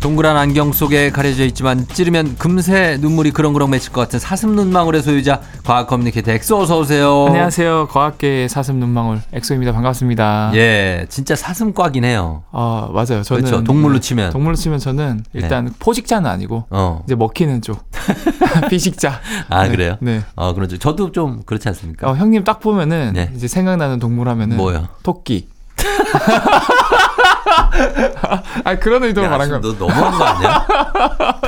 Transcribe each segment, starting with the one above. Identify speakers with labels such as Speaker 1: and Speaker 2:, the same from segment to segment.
Speaker 1: 동그란 안경 속에 가려져 있지만 찌르면 금세 눈물이 그렁그렁 맺힐 것 같은 사슴 눈망울의 소유자 과학 커뮤니케이터 엑소 어서 오세요.
Speaker 2: 안녕하세요. 과학계의 사슴 눈망울 엑소입니다. 반갑습니다.
Speaker 1: 예, 진짜 사슴과긴 해요.
Speaker 2: 아 맞아요. 저는
Speaker 1: 그렇죠. 동물로 치면. 네.
Speaker 2: 동물로 치면 저는 일단 포식자는 아니고
Speaker 1: 어.
Speaker 2: 이제 먹히는 쪽 비식자.
Speaker 1: 아
Speaker 2: 네,
Speaker 1: 그래요?
Speaker 2: 네.
Speaker 1: 어 그렇죠. 저도 좀 그렇지 않습니까?
Speaker 2: 어, 형님 딱 보면은
Speaker 1: 네.
Speaker 2: 이제 생각나는 동물 하면은
Speaker 1: 뭐요?
Speaker 2: 토끼. 아 그런 의도로
Speaker 1: 야,
Speaker 2: 말한
Speaker 1: 지금
Speaker 2: 건.
Speaker 1: 너 너무한 거 아니야?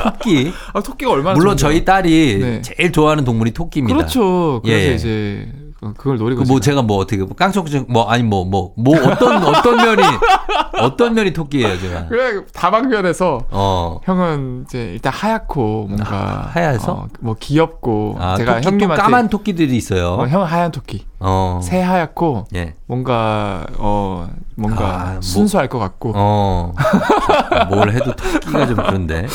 Speaker 1: 토끼.
Speaker 2: 아 토끼가 얼마나
Speaker 1: 물론
Speaker 2: 좋은데요?
Speaker 1: 저희 딸이
Speaker 2: 네.
Speaker 1: 제일 좋아하는 동물이 토끼입니다.
Speaker 2: 그렇죠. 그래서
Speaker 1: 예, 예.
Speaker 2: 이제 그걸 노리고
Speaker 1: 그뭐
Speaker 2: 제가-
Speaker 1: 제가 뭐 어떻게 뭐 깡총증 뭐 아니 뭐 뭐 뭐 어떤 어떤 면이 어떤 면이 토끼예요 제가.
Speaker 2: 그래 다방면에서
Speaker 1: 어.
Speaker 2: 형은 이제 일단 하얗고 뭔가
Speaker 1: 아, 하얘서?
Speaker 2: 어, 뭐 귀엽고
Speaker 1: 아,
Speaker 2: 제가
Speaker 1: 토끼, 또
Speaker 2: 형님한테
Speaker 1: 까만 토끼들이 있어요.
Speaker 2: 어, 형 하얀 토끼
Speaker 1: 어.
Speaker 2: 새 하얗고
Speaker 1: 예.
Speaker 2: 뭔가 어 뭔가
Speaker 1: 아, 뭐-
Speaker 2: 순수할 것 같고
Speaker 1: 어. 뭘 해도 토끼가 좀 그런데.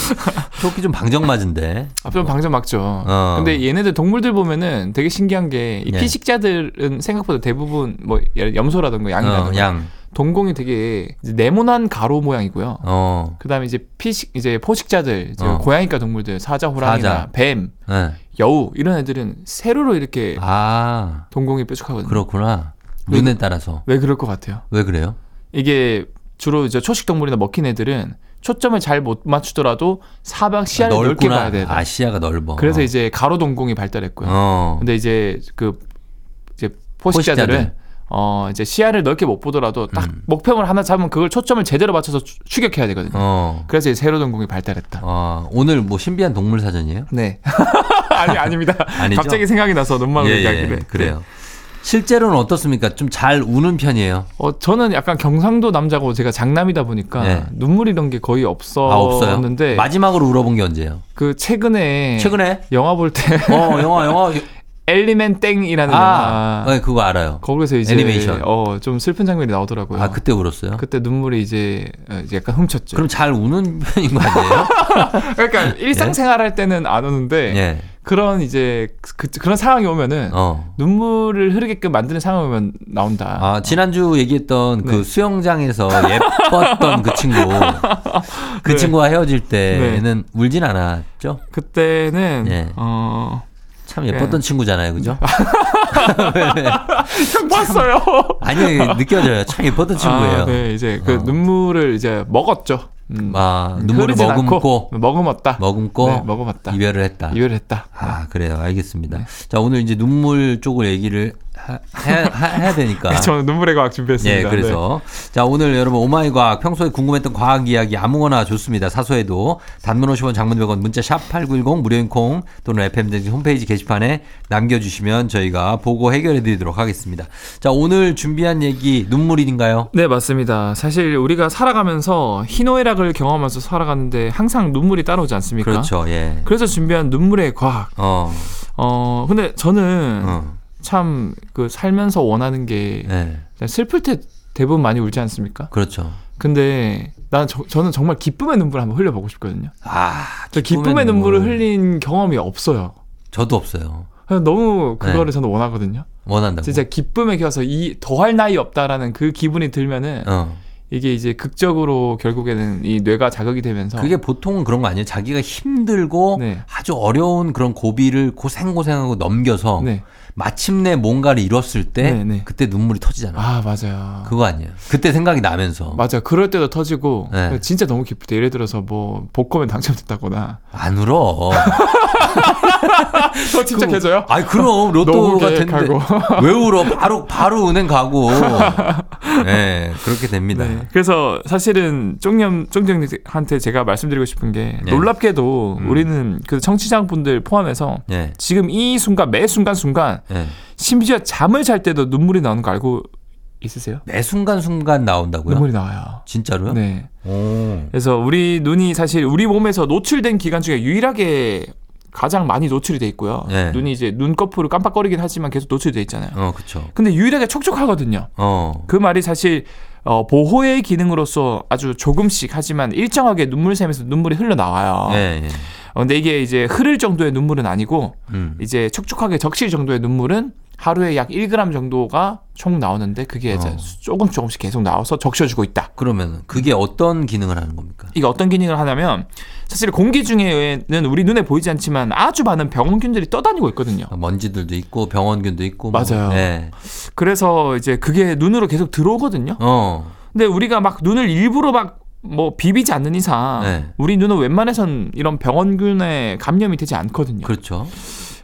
Speaker 1: 토끼 좀 방정맞은데.
Speaker 2: 앞좀 방전 막죠.
Speaker 1: 어.
Speaker 2: 근데 얘네들 동물들 보면은 되게 신기한 게 이
Speaker 1: 예.
Speaker 2: 피식자들은 생각보다 대부분 뭐 예를 염소라든가 양이라든가
Speaker 1: 어, 양.
Speaker 2: 동공이 되게 이제 네모난 가로 모양이고요.
Speaker 1: 어.
Speaker 2: 그다음에 이제 피식 이제 포식자들 이제
Speaker 1: 어.
Speaker 2: 고양이과 동물들 사자 호랑이나
Speaker 1: 사자.
Speaker 2: 뱀
Speaker 1: 예.
Speaker 2: 여우 이런 애들은 세로로 이렇게
Speaker 1: 아.
Speaker 2: 동공이 뾰족하거든요.
Speaker 1: 그렇구나. 눈에 따라서.
Speaker 2: 왜 그럴 것 같아요?
Speaker 1: 왜 그래요?
Speaker 2: 이게 주로 이제 초식 동물이나 먹힌 애들은 초점을 잘 못 맞추더라도 사방 시야를 넓게 봐야 돼요.
Speaker 1: 아, 시야가 넓어.
Speaker 2: 그래서
Speaker 1: 어.
Speaker 2: 이제 그 가로 동공이 발달했고요.
Speaker 1: 어.
Speaker 2: 근데 이제 그 이제 포식자들은
Speaker 1: 포식자들.
Speaker 2: 어 이제 시야를 넓게 못 보더라도 딱
Speaker 1: 음.
Speaker 2: 목표물 하나 잡으면 그걸 초점을 제대로 맞춰서 추- 추격해야 되거든요.
Speaker 1: 어.
Speaker 2: 그래서 이제 세로 동공이 발달했다.
Speaker 1: 아, 오늘 뭐 신비한 동물 사전이에요?
Speaker 2: 네. 아니 아닙니다.
Speaker 1: 아니죠?
Speaker 2: 갑자기 생각이 나서 눈망울 이야기를.
Speaker 1: 예, 그래요. 실제로는 어떻습니까? 좀 잘 우는 편이에요.
Speaker 2: 어 저는 약간 경상도 남자고 제가 장남이다 보니까
Speaker 1: 네.
Speaker 2: 눈물 이런 게 거의
Speaker 1: 아, 없어요.
Speaker 2: 없었는데
Speaker 1: 마지막으로 울어본 게 언제예요?
Speaker 2: 그 최근에
Speaker 1: 최근에?
Speaker 2: 영화 볼 때
Speaker 1: 어, 영화, 영화.
Speaker 2: 엘리멘 땡이라는
Speaker 1: 아,
Speaker 2: 영화
Speaker 1: 네, 그거 알아요.
Speaker 2: 거기서 이제
Speaker 1: 애니메이션.
Speaker 2: 어, 좀 슬픈 장면이 나오더라고요.
Speaker 1: 아, 그때 울었어요? 그,
Speaker 2: 그때 눈물이 이제, 어, 이제 약간 훔쳤죠.
Speaker 1: 럼잘 우는 편인 거 아니에요?
Speaker 2: 그러니까 일상생활 할 때는 안 오는데
Speaker 1: 예.
Speaker 2: 그런 이제 그, 런 상황이 오면은
Speaker 1: 어.
Speaker 2: 눈물을 흐르게끔 만드는 상황이 오면 나온다.
Speaker 1: 아, 지난주 얘기했던 그
Speaker 2: 네.
Speaker 1: 수영장에서 예뻤던 그 친구. 그
Speaker 2: 네.
Speaker 1: 친구와 헤어질 때는 울진 않았죠?
Speaker 2: 그때는
Speaker 1: 예.
Speaker 2: 어...
Speaker 1: 참 예뻤던 친구잖아요, 그죠?
Speaker 2: 네. 형 봤어요.
Speaker 1: 아니, 느껴져요. 참 예뻤던 친구예요.
Speaker 2: 아, 네, 이제 그
Speaker 1: 어.
Speaker 2: 눈물을 이제 먹었죠. 음.
Speaker 1: 아, 눈물을
Speaker 2: 흐르진
Speaker 1: 머금고,
Speaker 2: 않고 먹음었다.
Speaker 1: 머금고,
Speaker 2: 네, 먹어봤다.
Speaker 1: 이별을 했다.
Speaker 2: 이별을 네. 했다.
Speaker 1: 아, 그래요. 알겠습니다. 자, 오늘 이제 눈물 쪽을 얘기를 하- 해, 하- 해야 되니까.
Speaker 2: 네, 저는 눈물의 과학 준비했습니다.
Speaker 1: 아. 예,
Speaker 2: 네.
Speaker 1: 그래서. 자, 오늘 여러분 오마이 과학, 평소에 궁금했던 과학 이야기 아무거나 좋습니다. 사소해도. 단문 50원, 장문 100원, 문자 샵 8910, 무료인 콩 또는 FM등지 홈페이지 게시판에 남겨주시면 저희가 보고 해결해 드리도록 하겠습니다. 자, 오늘 준비한 얘기 눈물인가요?
Speaker 2: 네, 맞습니다. 사실 우리가 살아가면서 희노애락을 경험하면서 살아가는데 항상 눈물이 따라오지 않습니까?
Speaker 1: 그렇죠, 예.
Speaker 2: 래서 준비한 눈물의 과학.
Speaker 1: 어,
Speaker 2: 어, 근데 저는
Speaker 1: 어,
Speaker 2: 참 그 살면서 원하는 게
Speaker 1: 예.
Speaker 2: 슬플 때 대부분 많이 울지 않습니까?
Speaker 1: 그렇죠.
Speaker 2: 근데 난 저, 저는 정말 기쁨의 눈물 을 한번 흘려보고 싶거든요.
Speaker 1: 아,
Speaker 2: 저 기쁨의 눈물을 흘린 경험이 없어요.
Speaker 1: 저도 없어요.
Speaker 2: 그냥 너무 그거를
Speaker 1: 네.
Speaker 2: 저는 원하거든요.
Speaker 1: 원한다고.
Speaker 2: 진짜 기쁨에 겨서 이 더할 나위 없다라는 그 기분이 들면은
Speaker 1: 어.
Speaker 2: 이게 이제 극적으로 결국에는 이 뇌가 자극이 되면서
Speaker 1: 그게 뭐 보통은 그런 거 아니에요? 자기가 힘들고
Speaker 2: 어. 네.
Speaker 1: 아주 어려운 그런 고비를 고생고생하고 넘겨서
Speaker 2: 네.
Speaker 1: 마침내 뭔가를 이뤘을 때
Speaker 2: 네, 네.
Speaker 1: 그때 눈물이 터지잖아. 요
Speaker 2: 아 맞아요.
Speaker 1: 그거 아니에요. 그때 생각이 나면서
Speaker 2: 맞아. 그럴 때도 터지고
Speaker 1: 네.
Speaker 2: 진짜 너무 기쁠 때 예를 들어서 뭐 복권에 당첨됐다거나
Speaker 1: 안 울어.
Speaker 2: 더 침착해져요?
Speaker 1: 아니 그럼 로또
Speaker 2: 너무
Speaker 1: 같은데
Speaker 2: 계획하고.
Speaker 1: 왜 울어? 바로 바로 은행 가고 네, 그렇게 됩니다.
Speaker 2: 네. 그래서 사실은 쪽념 쪽정님한테 제가 말씀드리고 싶은 게
Speaker 1: 네.
Speaker 2: 놀랍게도
Speaker 1: 음.
Speaker 2: 우리는 그 청취자분들 포함해서
Speaker 1: 예.
Speaker 2: 지금 이 순간 매 순간 순간
Speaker 1: 예.
Speaker 2: 심지어 잠을 잘 때도 눈물이 나오는 거 알고 있으세요?
Speaker 1: 매 순간 순간 나온다고요?
Speaker 2: 눈물이 나와요.
Speaker 1: 진짜로요?
Speaker 2: 네.
Speaker 1: 오.
Speaker 2: 그래서 우리 눈이 사실 우리 몸에서 노출된 기간 중에 유일하게 가장 많이 노출이 돼 있고요.
Speaker 1: 네.
Speaker 2: 눈이 이제 눈꺼풀을 깜빡거리긴 하지만 계속 노출이 돼 있잖아요.
Speaker 1: 어, 그렇죠.
Speaker 2: 근데 유일하게 촉촉하거든요.
Speaker 1: 어.
Speaker 2: 그 말이 사실 어, 보호의 기능으로서 아주 조금씩 하지만 일정하게 눈물샘에서 눈물이 흘러나와요.
Speaker 1: 예, 예.
Speaker 2: 어, 근데 이게 이제 흐를 정도의 눈물은 아니고
Speaker 1: 음.
Speaker 2: 이제 촉촉하게 적실 정도의 눈물은 하루에 약 1g 정도가 총 나오는데 그게 이제
Speaker 1: 어.
Speaker 2: 조금 조금씩 계속 나와서 적셔주고 있다.
Speaker 1: 그러면 그게 어떤 기능을 하는 겁니까?
Speaker 2: 이게 어떤 기능을 하냐면 사실 공기 중에는 우리 눈에 보이지 않지만 아주 많은 병원균들이 떠다니고 있거든요.
Speaker 1: 먼지들도 있고 병원균도 있고 뭐.
Speaker 2: 맞아요.
Speaker 1: 예.
Speaker 2: 그래서 이제 그게 눈으로 계속 들어오거든요.
Speaker 1: 어.
Speaker 2: 근데 우리가 막 눈을 일부러 막 뭐 비비지 않는 이상
Speaker 1: 네.
Speaker 2: 우리 눈은 웬만해선 이런 병원균에 감염이 되지 않거든요.
Speaker 1: 그렇죠.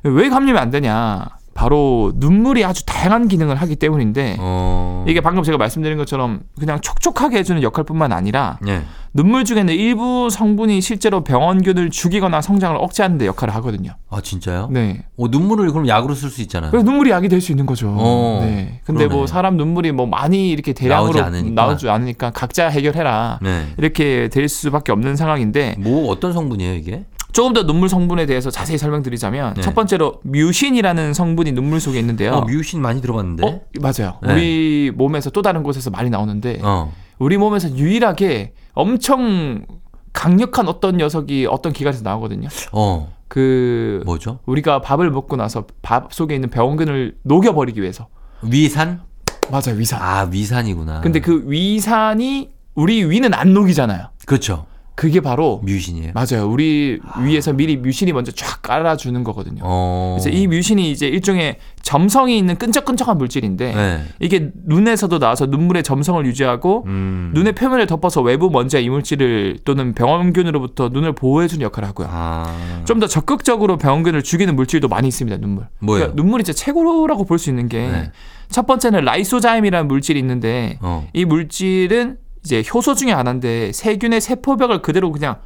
Speaker 2: 왜 감염이 안 되냐? 바로 눈물이 아주 다양한 기능을 하기 때문인데
Speaker 1: 어.
Speaker 2: 이게 방금 제가 말씀드린 것처럼 그냥 촉촉하게 해주는 역할뿐만 아니라
Speaker 1: 예.
Speaker 2: 눈물 중에는 일부 성분이 실제로 병원균을 죽이거나 성장을 억제하는 데 역할을 하거든요.
Speaker 1: 아, 진짜요?
Speaker 2: 네.
Speaker 1: 어, 눈물을 그럼 약으로 쓸 수 있잖아요.
Speaker 2: 그래서 눈물이 약이 될 수 있는 거죠.
Speaker 1: 어,
Speaker 2: 네. 근데
Speaker 1: 그러네.
Speaker 2: 뭐 사람 눈물이 뭐 많이 이렇게 대량으로
Speaker 1: 나오지 않으니까.
Speaker 2: 나오지 않으니까 각자 해결해라.
Speaker 1: 네.
Speaker 2: 이렇게 될 수밖에 없는 상황인데
Speaker 1: 뭐 어떤 성분이에요, 이게?
Speaker 2: 조금 더 눈물 성분에 대해서 자세히 설명드리자면
Speaker 1: 네.
Speaker 2: 첫 번째로 뮤신이라는 성분이 눈물 속에 있는데요.
Speaker 1: 어, 뮤신 많이 들어봤는데.
Speaker 2: 어? 맞아요.
Speaker 1: 네.
Speaker 2: 우리 몸에서 또 다른 곳에서 많이 나오는데
Speaker 1: 어.
Speaker 2: 우리 몸에서 유일하게 엄청 강력한 어떤 녀석이 어떤 기관에서 나오거든요.
Speaker 1: 어.
Speaker 2: 그
Speaker 1: 뭐죠?
Speaker 2: 우리가 밥을 먹고 나서 밥 속에 있는 병원균을 녹여버리기 위해서
Speaker 1: 위산?
Speaker 2: 맞아요 위산.
Speaker 1: 아, 위산이구나.
Speaker 2: 근데 그 위산이 우리 위는 안 녹이잖아요.
Speaker 1: 그렇죠.
Speaker 2: 그게 바로
Speaker 1: 뮤신이에요.
Speaker 2: 맞아요. 우리 위에서 미리 뮤신이 먼저 쫙 깔아주는 거거든요.
Speaker 1: 어.
Speaker 2: 그래서 이 뮤신이 이제 일종의 점성이 있는 끈적끈적한 물질인데
Speaker 1: 네.
Speaker 2: 이게 눈에서도 나와서 눈물의 점성을 유지하고
Speaker 1: 음.
Speaker 2: 눈의 표면을 덮어서 외부 먼지와 이물질을 또는 병원균으로부터 눈을 보호해주는 역할을 하고요.
Speaker 1: 아.
Speaker 2: 좀 더 적극적으로 병원균을 죽이는 물질도 많이 있습니다. 눈물. 그러니까
Speaker 1: 뭐예요?
Speaker 2: 눈물이 진짜 최고라고 볼 수 있는 게 첫
Speaker 1: 네.
Speaker 2: 번째는 라이소자임이라는 물질이 있는데
Speaker 1: 어.
Speaker 2: 이 물질은 이제 효소 중에 하나인데 세균의 세포벽을 그대로 그냥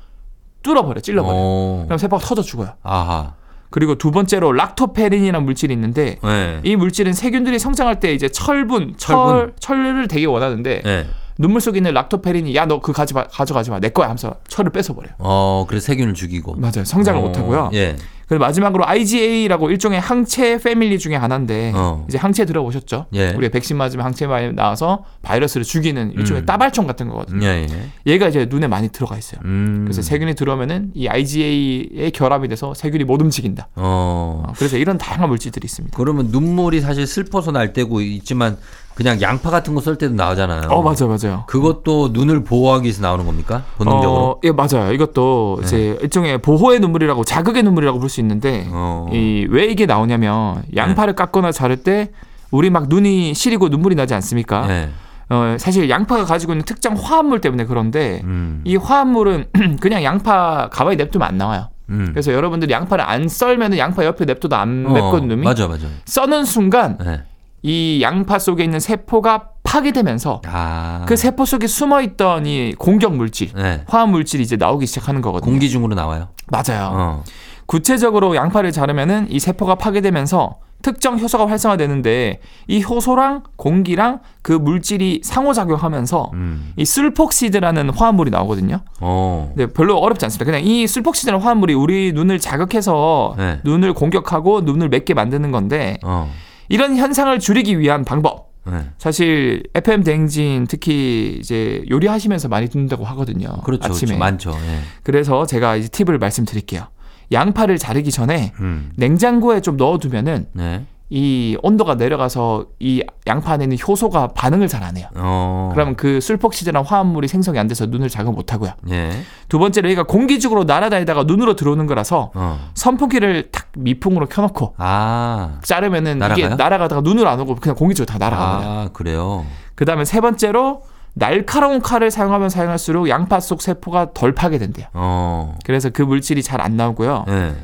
Speaker 2: 뚫어버려 찔러버려. 요
Speaker 1: 어.
Speaker 2: 그럼 세포가 터져 죽어요.
Speaker 1: 아하.
Speaker 2: 그리고 두 번째로 락토페린이라는 물질이 있는데
Speaker 1: 네.
Speaker 2: 이 물질은 세균들이 성장할 때 이제 철분, 철,
Speaker 1: 철분.
Speaker 2: 철을 되게 원하는데
Speaker 1: 네.
Speaker 2: 눈물 속에 있는 락토페린이 야 너 그거 가지 마, 가져가지 마 내 거야 하면서 철을 뺏어버려요.
Speaker 1: 어, 그래 세균을 죽이고.
Speaker 2: 맞아요. 성장을
Speaker 1: 어,
Speaker 2: 못하고요.
Speaker 1: 예.
Speaker 2: 그리고 마지막으로 IgA라고 일종의 항체 패밀리 중에 하나인데
Speaker 1: 어.
Speaker 2: 이제 항체 들어보셨죠?
Speaker 1: 예.
Speaker 2: 우리가 백신 맞으면 항체 많이 나와서 바이러스를 죽이는 일종의
Speaker 1: 음.
Speaker 2: 따발총 같은 거거든요.
Speaker 1: 예, 예.
Speaker 2: 얘가 이제 눈에 많이 들어가 있어요.
Speaker 1: 음.
Speaker 2: 그래서 세균이 들어오면은 이 IgA의 결합이 돼서 세균이 못 움직인다.
Speaker 1: 어.
Speaker 2: 어, 그래서 이런 다양한 물질들이 있습니다.
Speaker 1: 그러면 눈물이 사실 슬퍼서 날 때고 있지만 그냥 양파 같은 거 썰 때도 나오잖아요.
Speaker 2: 어 맞아 요 맞아요.
Speaker 1: 그것도 눈을 보호하기 위해서 나오는 겁니까? 본능적으로. 네.
Speaker 2: 어, 예 맞아요. 이것도 이제 일종의 보호의 눈물이라고 자극의 눈물이라고 볼 수 있는데
Speaker 1: 어. 네.
Speaker 2: 이 왜 이게 나오냐면 양파를 깎거나 자를 때 우리 막 눈이 시리고 눈물이 나지 않습니까?
Speaker 1: 예.
Speaker 2: 어, 사실 양파가 가지고 있는 특정 화합물 때문에 그런데
Speaker 1: 음.
Speaker 2: 이 화합물은 그냥 양파 가만히 냅두면 안 나와요.
Speaker 1: 음.
Speaker 2: 그래서 여러분들이 양파를 안 썰면은 양파 옆에 냅둬도 안
Speaker 1: 어,
Speaker 2: 맵거든요. 눈이.
Speaker 1: 맞아, 맞아.
Speaker 2: 써는 순간
Speaker 1: 예.
Speaker 2: 이 양파 속에 있는 세포가 파괴되면서
Speaker 1: 아.
Speaker 2: 그 세포 속에 숨어 있던 이 공격 물질,
Speaker 1: 예.
Speaker 2: 화학 물질이 이제 나오기 시작하는 거거든요.
Speaker 1: 공기 중으로 나와요.
Speaker 2: 맞아요.
Speaker 1: 어.
Speaker 2: 구체적으로 양파를 자르면은 이 세포가 파괴되면서 특정 효소가 활성화되는데 이 효소랑 공기랑 그 물질이 상호작용하면서
Speaker 1: 음.
Speaker 2: 이 술폭시드라는 화합물이 나오거든요.
Speaker 1: 어.
Speaker 2: 근데 별로 어렵지 않습니다. 그냥 이 술폭시드라는 화합물이 우리 눈을 자극해서
Speaker 1: 네.
Speaker 2: 눈을 공격하고 눈을 맵게 만드는 건데
Speaker 1: 어.
Speaker 2: 이런 현상을 줄이기 위한 방법.
Speaker 1: 예.
Speaker 2: 사실 FM 대행진 특히 이제 요리하시면서 많이 듣는다고 하거든요.
Speaker 1: 그렇죠.
Speaker 2: 아침에.
Speaker 1: 그렇죠. 많죠. 예.
Speaker 2: 그래서 제가 이제 팁을 말씀드릴게요. 양파를 자르기 전에
Speaker 1: 음.
Speaker 2: 냉장고에 좀 넣어두면은
Speaker 1: 네.
Speaker 2: 이 온도가 내려가서 이 양파 안에 있는 효소가 반응을 잘 안 해요.
Speaker 1: 어.
Speaker 2: 그러면 그 술폭시드랑 화합물이 생성이 안 돼서 눈을 자극 못 하고요.
Speaker 1: 예.
Speaker 2: 두 번째로 얘가 공기적으로 날아다니다가 눈으로 들어오는 거라서
Speaker 1: 어.
Speaker 2: 선풍기를 탁 미풍으로 켜놓고
Speaker 1: 아.
Speaker 2: 자르면은 이게
Speaker 1: 날아가요?
Speaker 2: 날아가다가 눈으로 안 오고 그냥 공기적으로 다 날아가요.
Speaker 1: 아, 그래요.
Speaker 2: 그 다음에 세 번째로 날카로운 칼을 사용하면 사용할수록 양파 속 세포가 덜 파괴된대요.
Speaker 1: 어.
Speaker 2: 그래서 그 물질이 잘 안 나오고요.
Speaker 1: 예.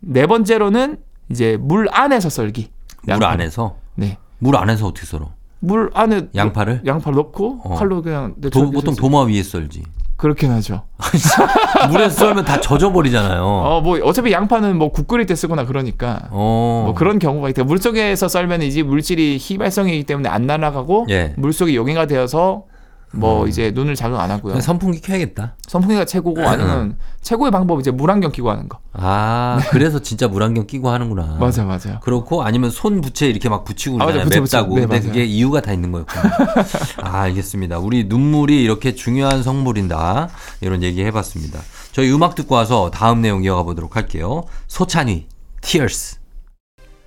Speaker 2: 네 번째로는 이제 물 안에서 썰기.
Speaker 1: 물
Speaker 2: 양파.
Speaker 1: 안에서
Speaker 2: 네.
Speaker 1: 물 안에서 어떻게 썰어?
Speaker 2: 물 안에
Speaker 1: 양파를?
Speaker 2: 양파를 넣고
Speaker 1: 어.
Speaker 2: 칼로 그냥
Speaker 1: 도-
Speaker 2: 내쫓아내서
Speaker 1: 보통 도마 위에 썰지.
Speaker 2: 그렇긴 하죠.
Speaker 1: 물에 썰면 다 젖어버리잖아요. 어.
Speaker 2: 어 뭐 어차피 양파는 뭐 국 끓일 때 쓰거나 그러니까
Speaker 1: 어.
Speaker 2: 뭐 그런 경우가 있다. 물 속에서 썰면 이제 물질이 희발성이기 때문에 안 날아가고
Speaker 1: 예. 음.
Speaker 2: 물 속에 용해가 되어서 뭐 이제 눈을 자극 안 하고요.
Speaker 1: 그냥 선풍기 켜야겠다.
Speaker 2: 선풍기가
Speaker 1: 음.
Speaker 2: 최고고 아니면 최고의 방법 이제 물안경 끼고 하는 거.
Speaker 1: 아, 그래서 진짜 물안경 끼고 하는구나.
Speaker 2: 맞아 맞아요.
Speaker 1: 그렇고 아니면 손 부채 이렇게 막 붙이고
Speaker 2: 아, 맞아,
Speaker 1: 그러잖아요.
Speaker 2: 부채, 부채.
Speaker 1: 맵다고.
Speaker 2: 네,
Speaker 1: 근데
Speaker 2: 맞아요.
Speaker 1: 그게 이유가 다 있는 거였구나. 아, 알겠습니다. 우리 눈물이 이렇게 중요한 성물인다. 이런 얘기 해봤습니다. 저희 음악 듣고 와서 다음 내용 이어가 보도록 할게요. 소찬이, Tears.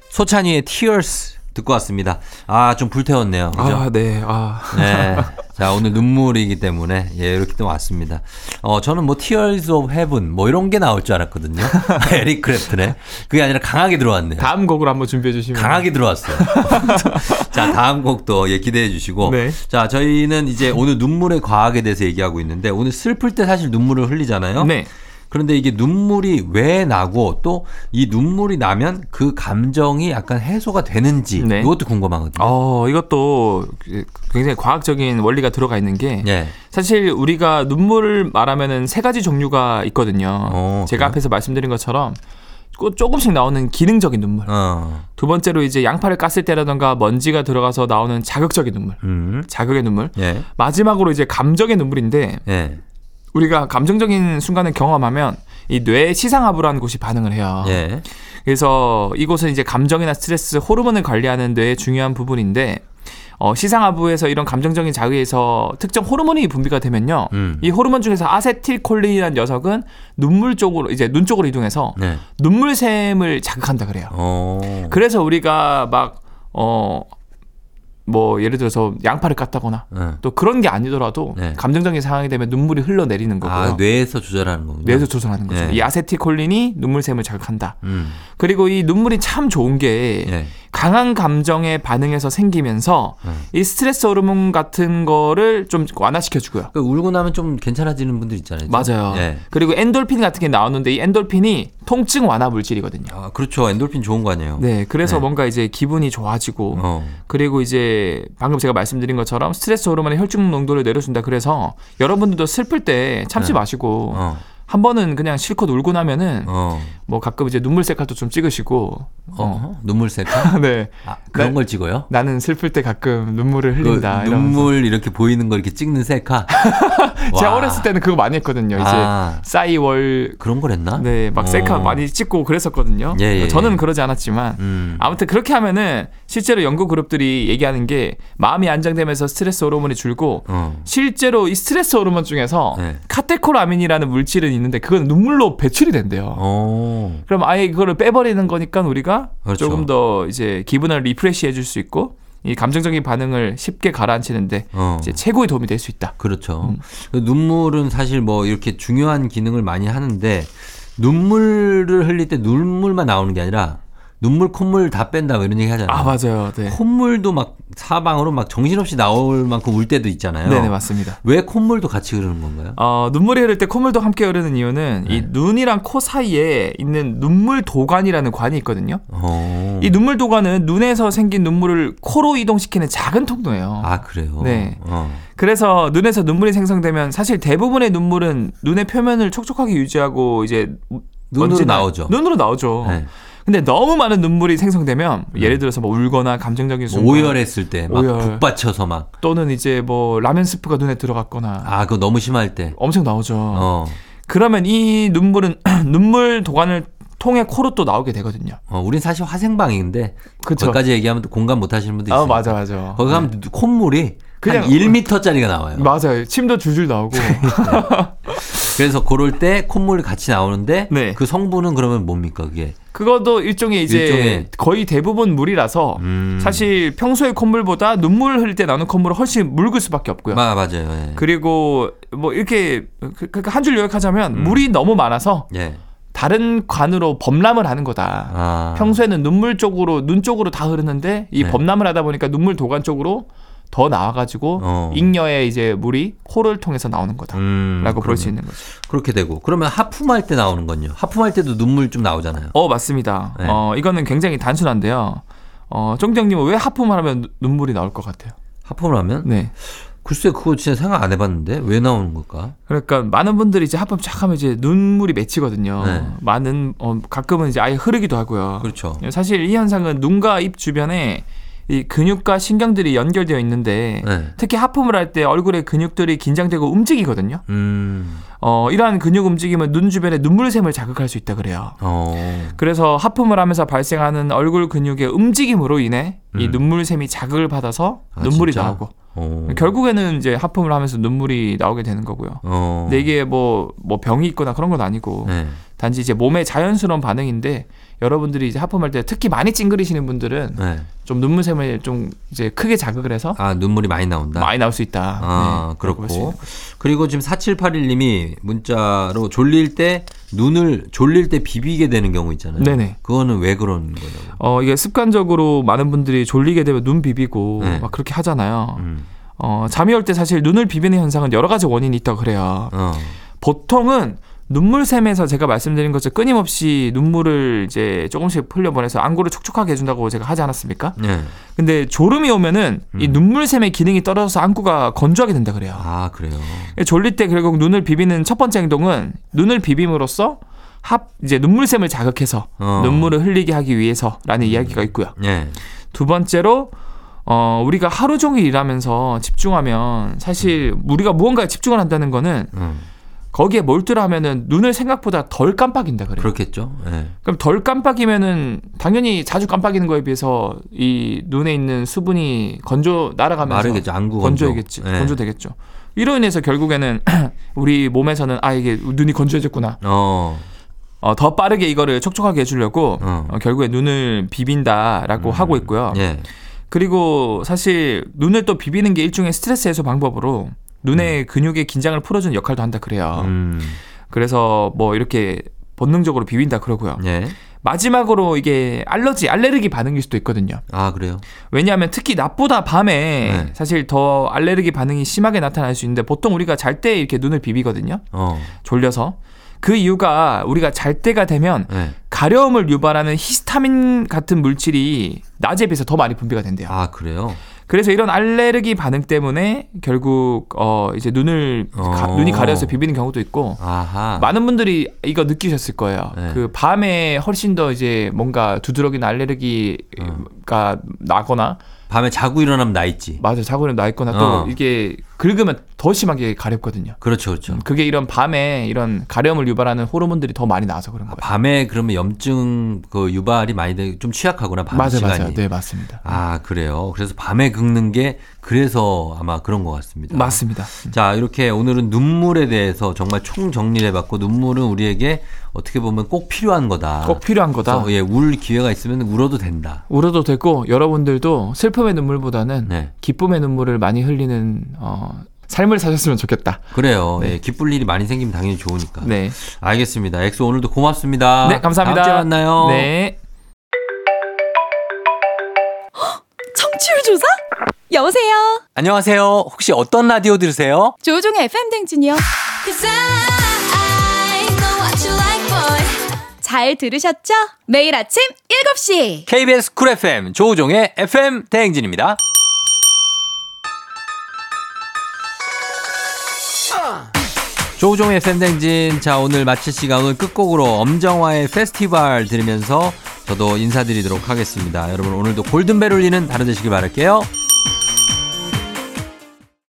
Speaker 1: 소찬이의 Tears 듣고 왔습니다. 아, 좀 불태웠네요. 그죠?
Speaker 2: 아 네. 아
Speaker 1: 네. 자, 오늘 눈물이기 때문에, 예, 이렇게 또 왔습니다. 어, 저는 뭐, Tears of Heaven, 뭐, 이런 게 나올 줄 알았거든요. 에릭 크래프트네. 그게 아니라 강하게 들어왔네요.
Speaker 2: 다음 곡을 한번 준비해 주시면.
Speaker 1: 강하게 들어왔어요. 자, 다음 곡도 예, 기대해 주시고.
Speaker 2: 네.
Speaker 1: 자, 저희는 이제 오늘 눈물의 과학에 대해서 얘기하고 있는데, 오늘 슬플 때 사실 눈물을 흘리잖아요.
Speaker 2: 네.
Speaker 1: 그런데 이게 눈물이 왜 나고 또 이 눈물이 나면 그 감정이 약간 해소가 되는지
Speaker 2: 네.
Speaker 1: 이것도 궁금하거든요.
Speaker 2: 어 이것도 굉장히 과학적인 원리가 들어가 있는 게
Speaker 1: 예.
Speaker 2: 사실 우리가 눈물을 말하면은 세 가지 종류가 있거든요.
Speaker 1: 어,
Speaker 2: 제가
Speaker 1: 그래요?
Speaker 2: 앞에서 말씀드린 것처럼 조- 조금씩 나오는 기능적인 눈물.
Speaker 1: 어.
Speaker 2: 두 번째로 이제 양파를 깠을 때라던가 먼지가 들어가서 나오는 자극적인 눈물.
Speaker 1: 음.
Speaker 2: 자극의 눈물.
Speaker 1: 예.
Speaker 2: 마지막으로 이제 감정의 눈물인데
Speaker 1: 예.
Speaker 2: 우리가 감정적인 순간을 경험하면 이 뇌의 시상하부라는 곳이 반응을 해요.
Speaker 1: 예.
Speaker 2: 그래서 이곳은 이제 감정이나 스트레스, 호르몬을 관리하는 뇌의 중요한 부분인데 어, 시상하부에서 이런 감정적인 자극에서 특정 호르몬이 분비가 되면요.
Speaker 1: 음.
Speaker 2: 이 호르몬 중에서 아세틸콜린이라는 녀석은 눈물 쪽으로 이제 눈 쪽으로 이동해서
Speaker 1: 네.
Speaker 2: 눈물샘을 자극한다 그래요.
Speaker 1: 어.
Speaker 2: 그래서 우리가 막어뭐 뭐 예를 들어서 양파를 깠다거나
Speaker 1: 예.
Speaker 2: 또 그런 게 아니더라도
Speaker 1: 네.
Speaker 2: 감정적인 상황이 되면 눈물이 흘러내리는 거고요.
Speaker 1: 아, 뇌에서 조절하는 거군요.
Speaker 2: 뇌에서 조절하는 거죠.
Speaker 1: 네.
Speaker 2: 이 아세틸콜린이 눈물샘을 자극한다.
Speaker 1: 음.
Speaker 2: 그리고 이 눈물이 참 좋은 게
Speaker 1: 예.
Speaker 2: 강한 감정의 반응에서 생기면서
Speaker 1: 음.
Speaker 2: 이 스트레스 호르몬 같은 거를 좀 완화시켜 주고요.
Speaker 1: 그러니까 울고 나면 좀 괜찮아지는 분들 있잖아요.
Speaker 2: 맞아요.
Speaker 1: 예.
Speaker 2: 그리고 엔돌핀 같은 게 나오는데 이 엔돌핀이 통증 완화 물질이거든요.
Speaker 1: 아, 그렇죠. 엔돌핀 좋은 거 아니에요.
Speaker 2: 네, 그래서
Speaker 1: 네.
Speaker 2: 뭔가 이제 기분이 좋아지고
Speaker 1: 어.
Speaker 2: 그리고 이제 방금 제가 말씀드린 것처럼 스트레스 호르몬의 혈중 농도를 내려준다. 그래서 여러분들도 슬플 때 참지
Speaker 1: 네.
Speaker 2: 마시고
Speaker 1: 어.
Speaker 2: 한 번은 그냥 실컷 울고 나면은
Speaker 1: 어.
Speaker 2: 뭐 가끔 이제 눈물 셀카도 좀 찍으시고 어.
Speaker 1: 어. 눈물 셀카?
Speaker 2: 네.
Speaker 1: 아, 그런
Speaker 2: 네.
Speaker 1: 걸 찍어요?
Speaker 2: 나는 슬플 때 가끔 눈물을
Speaker 1: 그
Speaker 2: 흘린다. 이러면서.
Speaker 1: 눈물 이렇게 보이는 거 이렇게 찍는 셀카.
Speaker 2: 제가
Speaker 1: 와.
Speaker 2: 어렸을 때는 그거 많이 했거든요. 이제
Speaker 1: 아.
Speaker 2: 싸이월
Speaker 1: 그런 걸 했나?
Speaker 2: 네, 막
Speaker 1: 어.
Speaker 2: 셀카 많이 찍고 그랬었거든요.
Speaker 1: 예, 예,
Speaker 2: 저는
Speaker 1: 예.
Speaker 2: 그러지 않았지만
Speaker 1: 음.
Speaker 2: 아무튼 그렇게 하면은 실제로 연구 그룹들이 얘기하는 게 마음이 안정되면서 스트레스 호르몬이 줄고
Speaker 1: 어.
Speaker 2: 실제로 이 스트레스 호르몬 중에서
Speaker 1: 네.
Speaker 2: 카테콜아민이라는 물질은 있는데 그건 눈물로 배출이 된대요.
Speaker 1: 어.
Speaker 2: 그럼 아예 그거를 빼버리는 거니까 우리가
Speaker 1: 그렇죠.
Speaker 2: 조금 더 이제 기분을 리프레시 해줄 수 있고 이 감정적인 반응을 쉽게 가라앉히는데
Speaker 1: 어.
Speaker 2: 이제 음. 최고의 도움이 될 수 있다.
Speaker 1: 그렇죠. 그 눈물은 사실 뭐 이렇게 중요한 기능을 많이 하는데 눈물을 흘릴 때 눈물만 나오는 게 아니라 눈물 콧물 다 뺀다 뭐 이런 얘기 하잖아요.
Speaker 2: 아 맞아요. 네.
Speaker 1: 콧물도 막 사방으로 막 정신없이 나올 만큼 울 때도 있잖아요.
Speaker 2: 네네 맞습니다.
Speaker 1: 왜 콧물도 같이 흐르는 건가요?
Speaker 2: 어, 눈물이 흐를 때 콧물도 함께 흐르는 이유는
Speaker 1: 네.
Speaker 2: 이 눈이랑 코 사이에 있는 눈물 도관이라는 관이 있거든요.
Speaker 1: 어.
Speaker 2: 이 눈물 도관은 눈에서 생긴 눈물을 코로 이동시키는 작은 통로예요.
Speaker 1: 아 그래요.
Speaker 2: 네.
Speaker 1: 어.
Speaker 2: 그래서 눈에서 눈물이 생성되면 사실 대부분의 눈물은 눈의 표면을 촉촉하게 유지하고 이제
Speaker 1: 눈으로
Speaker 2: 먼지나-
Speaker 1: 나오죠.
Speaker 2: 눈으로 어, 나오죠.
Speaker 1: 네.
Speaker 2: 근데 너무 많은 눈물이 생성되면 예를 들어서 뭐 울거나 감정적인
Speaker 1: 뭐
Speaker 2: 순간
Speaker 1: 오열했을 때 막
Speaker 2: 오열.
Speaker 1: 북받쳐서 막 아
Speaker 2: 또는 이제 뭐 라면 스프가 눈에 들어갔거나
Speaker 1: 그거 너무 심할 때.
Speaker 2: 엄청 나오죠.
Speaker 1: 아. 어.
Speaker 2: 그러면 이 눈물은 눈물 도관을 통해 코로 또 나오게 되거든요.
Speaker 1: 어, 우린 사실 화생방인데
Speaker 2: 그쵸.
Speaker 1: 거기까지 얘기하면 또 공감 못 하시는 분도 있어요.
Speaker 2: 맞아. 네.
Speaker 1: 거기 가면 콧물이
Speaker 2: 그냥-
Speaker 1: 한 1m짜리가 나와요.
Speaker 2: 맞아요. 침도 줄줄 나오고.
Speaker 1: 그래서 그럴 때 콧물이 같이 나오는데
Speaker 2: 네.
Speaker 1: 그 성분은 그러면 뭡니까 그게?
Speaker 2: 그것도 일종의 이제
Speaker 1: 일종의-
Speaker 2: 거의 대부분 물이라서
Speaker 1: 음.
Speaker 2: 사실 평소의 콧물보다 눈물 흘릴 때 나는 콧물은 훨씬 묽을 수밖에 없고요.
Speaker 1: 마, 맞아요. 예.
Speaker 2: 그리고 뭐 이렇게 그러니까 한 줄 요약하자면
Speaker 1: 음.
Speaker 2: 물이 너무 많아서
Speaker 1: 예.
Speaker 2: 다른 관으로 범람을 하는 거다.
Speaker 1: 아.
Speaker 2: 평소에는 눈물 쪽으로 눈 쪽으로 다 흐르는데 이
Speaker 1: 네.
Speaker 2: 범람을 하다 보니까 눈물 도관 쪽으로 더 나와가지고
Speaker 1: 어.
Speaker 2: 잉여의 이제 물이 코를 통해서 나오는 거다라고
Speaker 1: 음,
Speaker 2: 볼
Speaker 1: 그러면
Speaker 2: 수 있는 거죠.
Speaker 1: 그렇게 되고 그러면 하품할 때 나오는 건요. 하품할 때도 눈물 좀 나오잖아요.
Speaker 2: 어 맞습니다.
Speaker 1: 네.
Speaker 2: 어 이거는 굉장히 단순한데요. 어 쫑정님은 왜 하품을 하면 눈- 눈물이 나올 것 같아요?
Speaker 1: 하품을 하면?
Speaker 2: 네.
Speaker 1: 글쎄 그거 진짜 생각 안 해봤는데 왜 나오는 걸까?
Speaker 2: 그러니까 많은 분들이 이제 하품 쫙 하면 이제 눈물이 맺히거든요.
Speaker 1: 네.
Speaker 2: 많은 어, 가끔은 이제 아예 흐르기도 하고요.
Speaker 1: 그렇죠.
Speaker 2: 사실 이 현상은 눈과 입 주변에 이 근육과 신경들이 연결되어 있는데
Speaker 1: 네.
Speaker 2: 특히 하품을 할 때 얼굴의 근육들이 긴장되고 움직이거든요.
Speaker 1: 음.
Speaker 2: 어, 이러한 근육 움직임은 눈 주변의 눈물샘을 자극할 수 있다 그래요.
Speaker 1: 어.
Speaker 2: 그래서 하품을 하면서 발생하는 얼굴 근육의 움직임으로 인해 이
Speaker 1: 음.
Speaker 2: 눈물샘이 자극을 받아서
Speaker 1: 아,
Speaker 2: 눈물이
Speaker 1: 진짜?
Speaker 2: 나오고
Speaker 1: 어.
Speaker 2: 결국에는 이제 하품을 하면서 눈물이 나오게 되는 거고요.
Speaker 1: 어.
Speaker 2: 근데 이게 뭐, 뭐 병이 있거나 그런 건 아니고
Speaker 1: 네.
Speaker 2: 단지 이제 몸의 자연스러운 반응인데 여러분들이 이제 하품할 때 특히 많이 찡그리시는 분들은
Speaker 1: 네.
Speaker 2: 좀 눈물샘을 좀 이제 크게 자극을 해서
Speaker 1: 아 눈물이 많이 나온다.
Speaker 2: 많이 나올 수 있다.
Speaker 1: 아,
Speaker 2: 네, 라고 볼
Speaker 1: 그렇고.
Speaker 2: 수 있는 거죠.
Speaker 1: 그리고 지금 4781님이 문자로 졸릴 때 눈을 졸릴 때 비비게 되는 경우 있잖아요.
Speaker 2: 네네.
Speaker 1: 그거는 왜 그런 거냐고.
Speaker 2: 어, 이게 습관적으로 많은 분들이 졸리게 되면 눈 비비고
Speaker 1: 네.
Speaker 2: 막 그렇게 하잖아요.
Speaker 1: 음.
Speaker 2: 어, 잠이 올 때 사실 눈을 비비는 현상은 여러 가지 원인이 있다고 그래요.
Speaker 1: 어.
Speaker 2: 보통은 눈물샘에서 제가 말씀드린 것처럼 끊임없이 눈물을 이제 조금씩 흘려보내서 안구를 촉촉하게 해준다고 제가 하지 않았습니까?
Speaker 1: 네.
Speaker 2: 근데 졸음이 오면은 이
Speaker 1: 음.
Speaker 2: 눈물샘의 기능이 떨어져서 안구가 건조하게 된다 그래요.
Speaker 1: 아 그래요.
Speaker 2: 졸릴 때 결국 눈을 비비는 첫 번째 행동은 눈을 비빔으로써 합 이제 눈물샘을 자극해서
Speaker 1: 어. 음.
Speaker 2: 눈물을 흘리게 하기 위해서라는 이야기가 있고요.
Speaker 1: 네.
Speaker 2: 두 번째로 어 우리가 하루 종일 일하면서 집중하면 사실 우리가 무언가에 집중을 한다는 거는
Speaker 1: 음.
Speaker 2: 거기에 몰두하면은 를 눈을 생각보다 덜 깜빡인다 그래요.
Speaker 1: 그렇겠죠. 네.
Speaker 2: 그럼 덜 깜빡이면은 당연히 자주 깜빡이는 거에 비해서 이 눈에 있는 수분이 건조 날아가면서
Speaker 1: 마르겠죠. 안구 건조.
Speaker 2: 건조해겠지
Speaker 1: 네.
Speaker 2: 건조되겠죠. 이로 인해서 결국에는 우리 몸에서는 아 이게 눈이 건조해졌구나.
Speaker 1: 어.
Speaker 2: 어, 더 빠르게 이거를 촉촉하게 해주려고
Speaker 1: 어.
Speaker 2: 어, 결국에 눈을 비빈다라고 하고 있고요.
Speaker 1: 예.
Speaker 2: 그리고 사실 눈을 또 비비는 게 일종의 스트레스 해소 방법으로 눈의 근육의 긴장을 풀어주는 역할도 한다 그래요.
Speaker 1: 음.
Speaker 2: 그래서 뭐 이렇게 본능적으로 비빈다 그러고요.
Speaker 1: 예.
Speaker 2: 마지막으로 이게 알러지, 알레르기 반응일 수도 있거든요.
Speaker 1: 아 그래요.
Speaker 2: 왜냐하면 특히 낮보다 밤에
Speaker 1: 네.
Speaker 2: 사실 더 알레르기 반응이 심하게 나타날 수 있는데 보통 우리가 잘 때 이렇게 눈을 비비거든요.
Speaker 1: 어.
Speaker 2: 졸려서. 그 이유가 우리가 잘 때가 되면
Speaker 1: 예.
Speaker 2: 가려움을 유발하는 히스타민 같은 물질이 낮에 비해서 더 많이 분비가 된대요.
Speaker 1: 아 그래요.
Speaker 2: 그래서 이런 알레르기 반응 때문에 결국 어 이제 눈을 가-
Speaker 1: 어.
Speaker 2: 눈이 가려서 비비는 경우도 있고
Speaker 1: 아하.
Speaker 2: 많은 분들이 이거 느끼셨을 거예요.
Speaker 1: 네.
Speaker 2: 그 밤에 훨씬 더 이제 뭔가 두드러기나 알레르기가 나거나
Speaker 1: 밤에 자고 일어나면 나 있지.
Speaker 2: 맞아 자고는 나 있거나 또
Speaker 1: 어.
Speaker 2: 이게 긁으면 더 심하게 가렵거든요.
Speaker 1: 그렇죠, 그렇죠.
Speaker 2: 그게 이런 밤에 이런 가려움을 유발하는 호르몬들이 더 많이 나와서
Speaker 1: 아,
Speaker 2: 그런 거예요.
Speaker 1: 밤에 그러면 염증 그 유발이 많이 되고 좀 취약하구나 밤
Speaker 2: 맞아
Speaker 1: 시간이.
Speaker 2: 맞아 네 맞습니다.
Speaker 1: 아 그래요. 그래서 밤에 긁는 게 그래서 아마 그런 것 같습니다.
Speaker 2: 맞습니다.
Speaker 1: 자 이렇게 오늘은 눈물에 대해서 정말 총 정리해봤고 눈물은 우리에게 어떻게 보면 꼭 필요한 거다.
Speaker 2: 꼭 필요한 거다.
Speaker 1: 그래서, 예, 울 기회가 있으면 울어도 된다.
Speaker 2: 울어도 되고 여러분들도 슬픔의 눈물보다는
Speaker 1: 네.
Speaker 2: 기쁨의 눈물을 많이 흘리는 어, 삶을 사셨으면 좋겠다.
Speaker 1: 그래요.
Speaker 2: 네.
Speaker 1: 예, 기쁠 일이 많이 생기면 당연히 좋으니까.
Speaker 2: 네.
Speaker 1: 알겠습니다. 엑소 오늘도 고맙습니다.
Speaker 2: 네, 감사합니다.
Speaker 1: 아, 다음 주에 만나요.
Speaker 2: 네.
Speaker 3: 청취율 조사? 여보세요.
Speaker 4: 안녕하세요. 혹시 어떤 라디오 들으세요?
Speaker 3: 조종의 FM 댕진이요.
Speaker 5: Cause I know what you like boy
Speaker 3: 잘 들으셨죠? 매일 아침 7시.
Speaker 4: KBS 쿨 FM 조우종의 FM 대행진입니다.
Speaker 1: 조종의 샌댕진. 자, 오늘 마칠 시간은 끝곡으로 엄정화의 페스티벌 들으면서 저도 인사드리도록 하겠습니다. 여러분, 오늘도 골든벨 울리는 하루 되시길 바랄게요.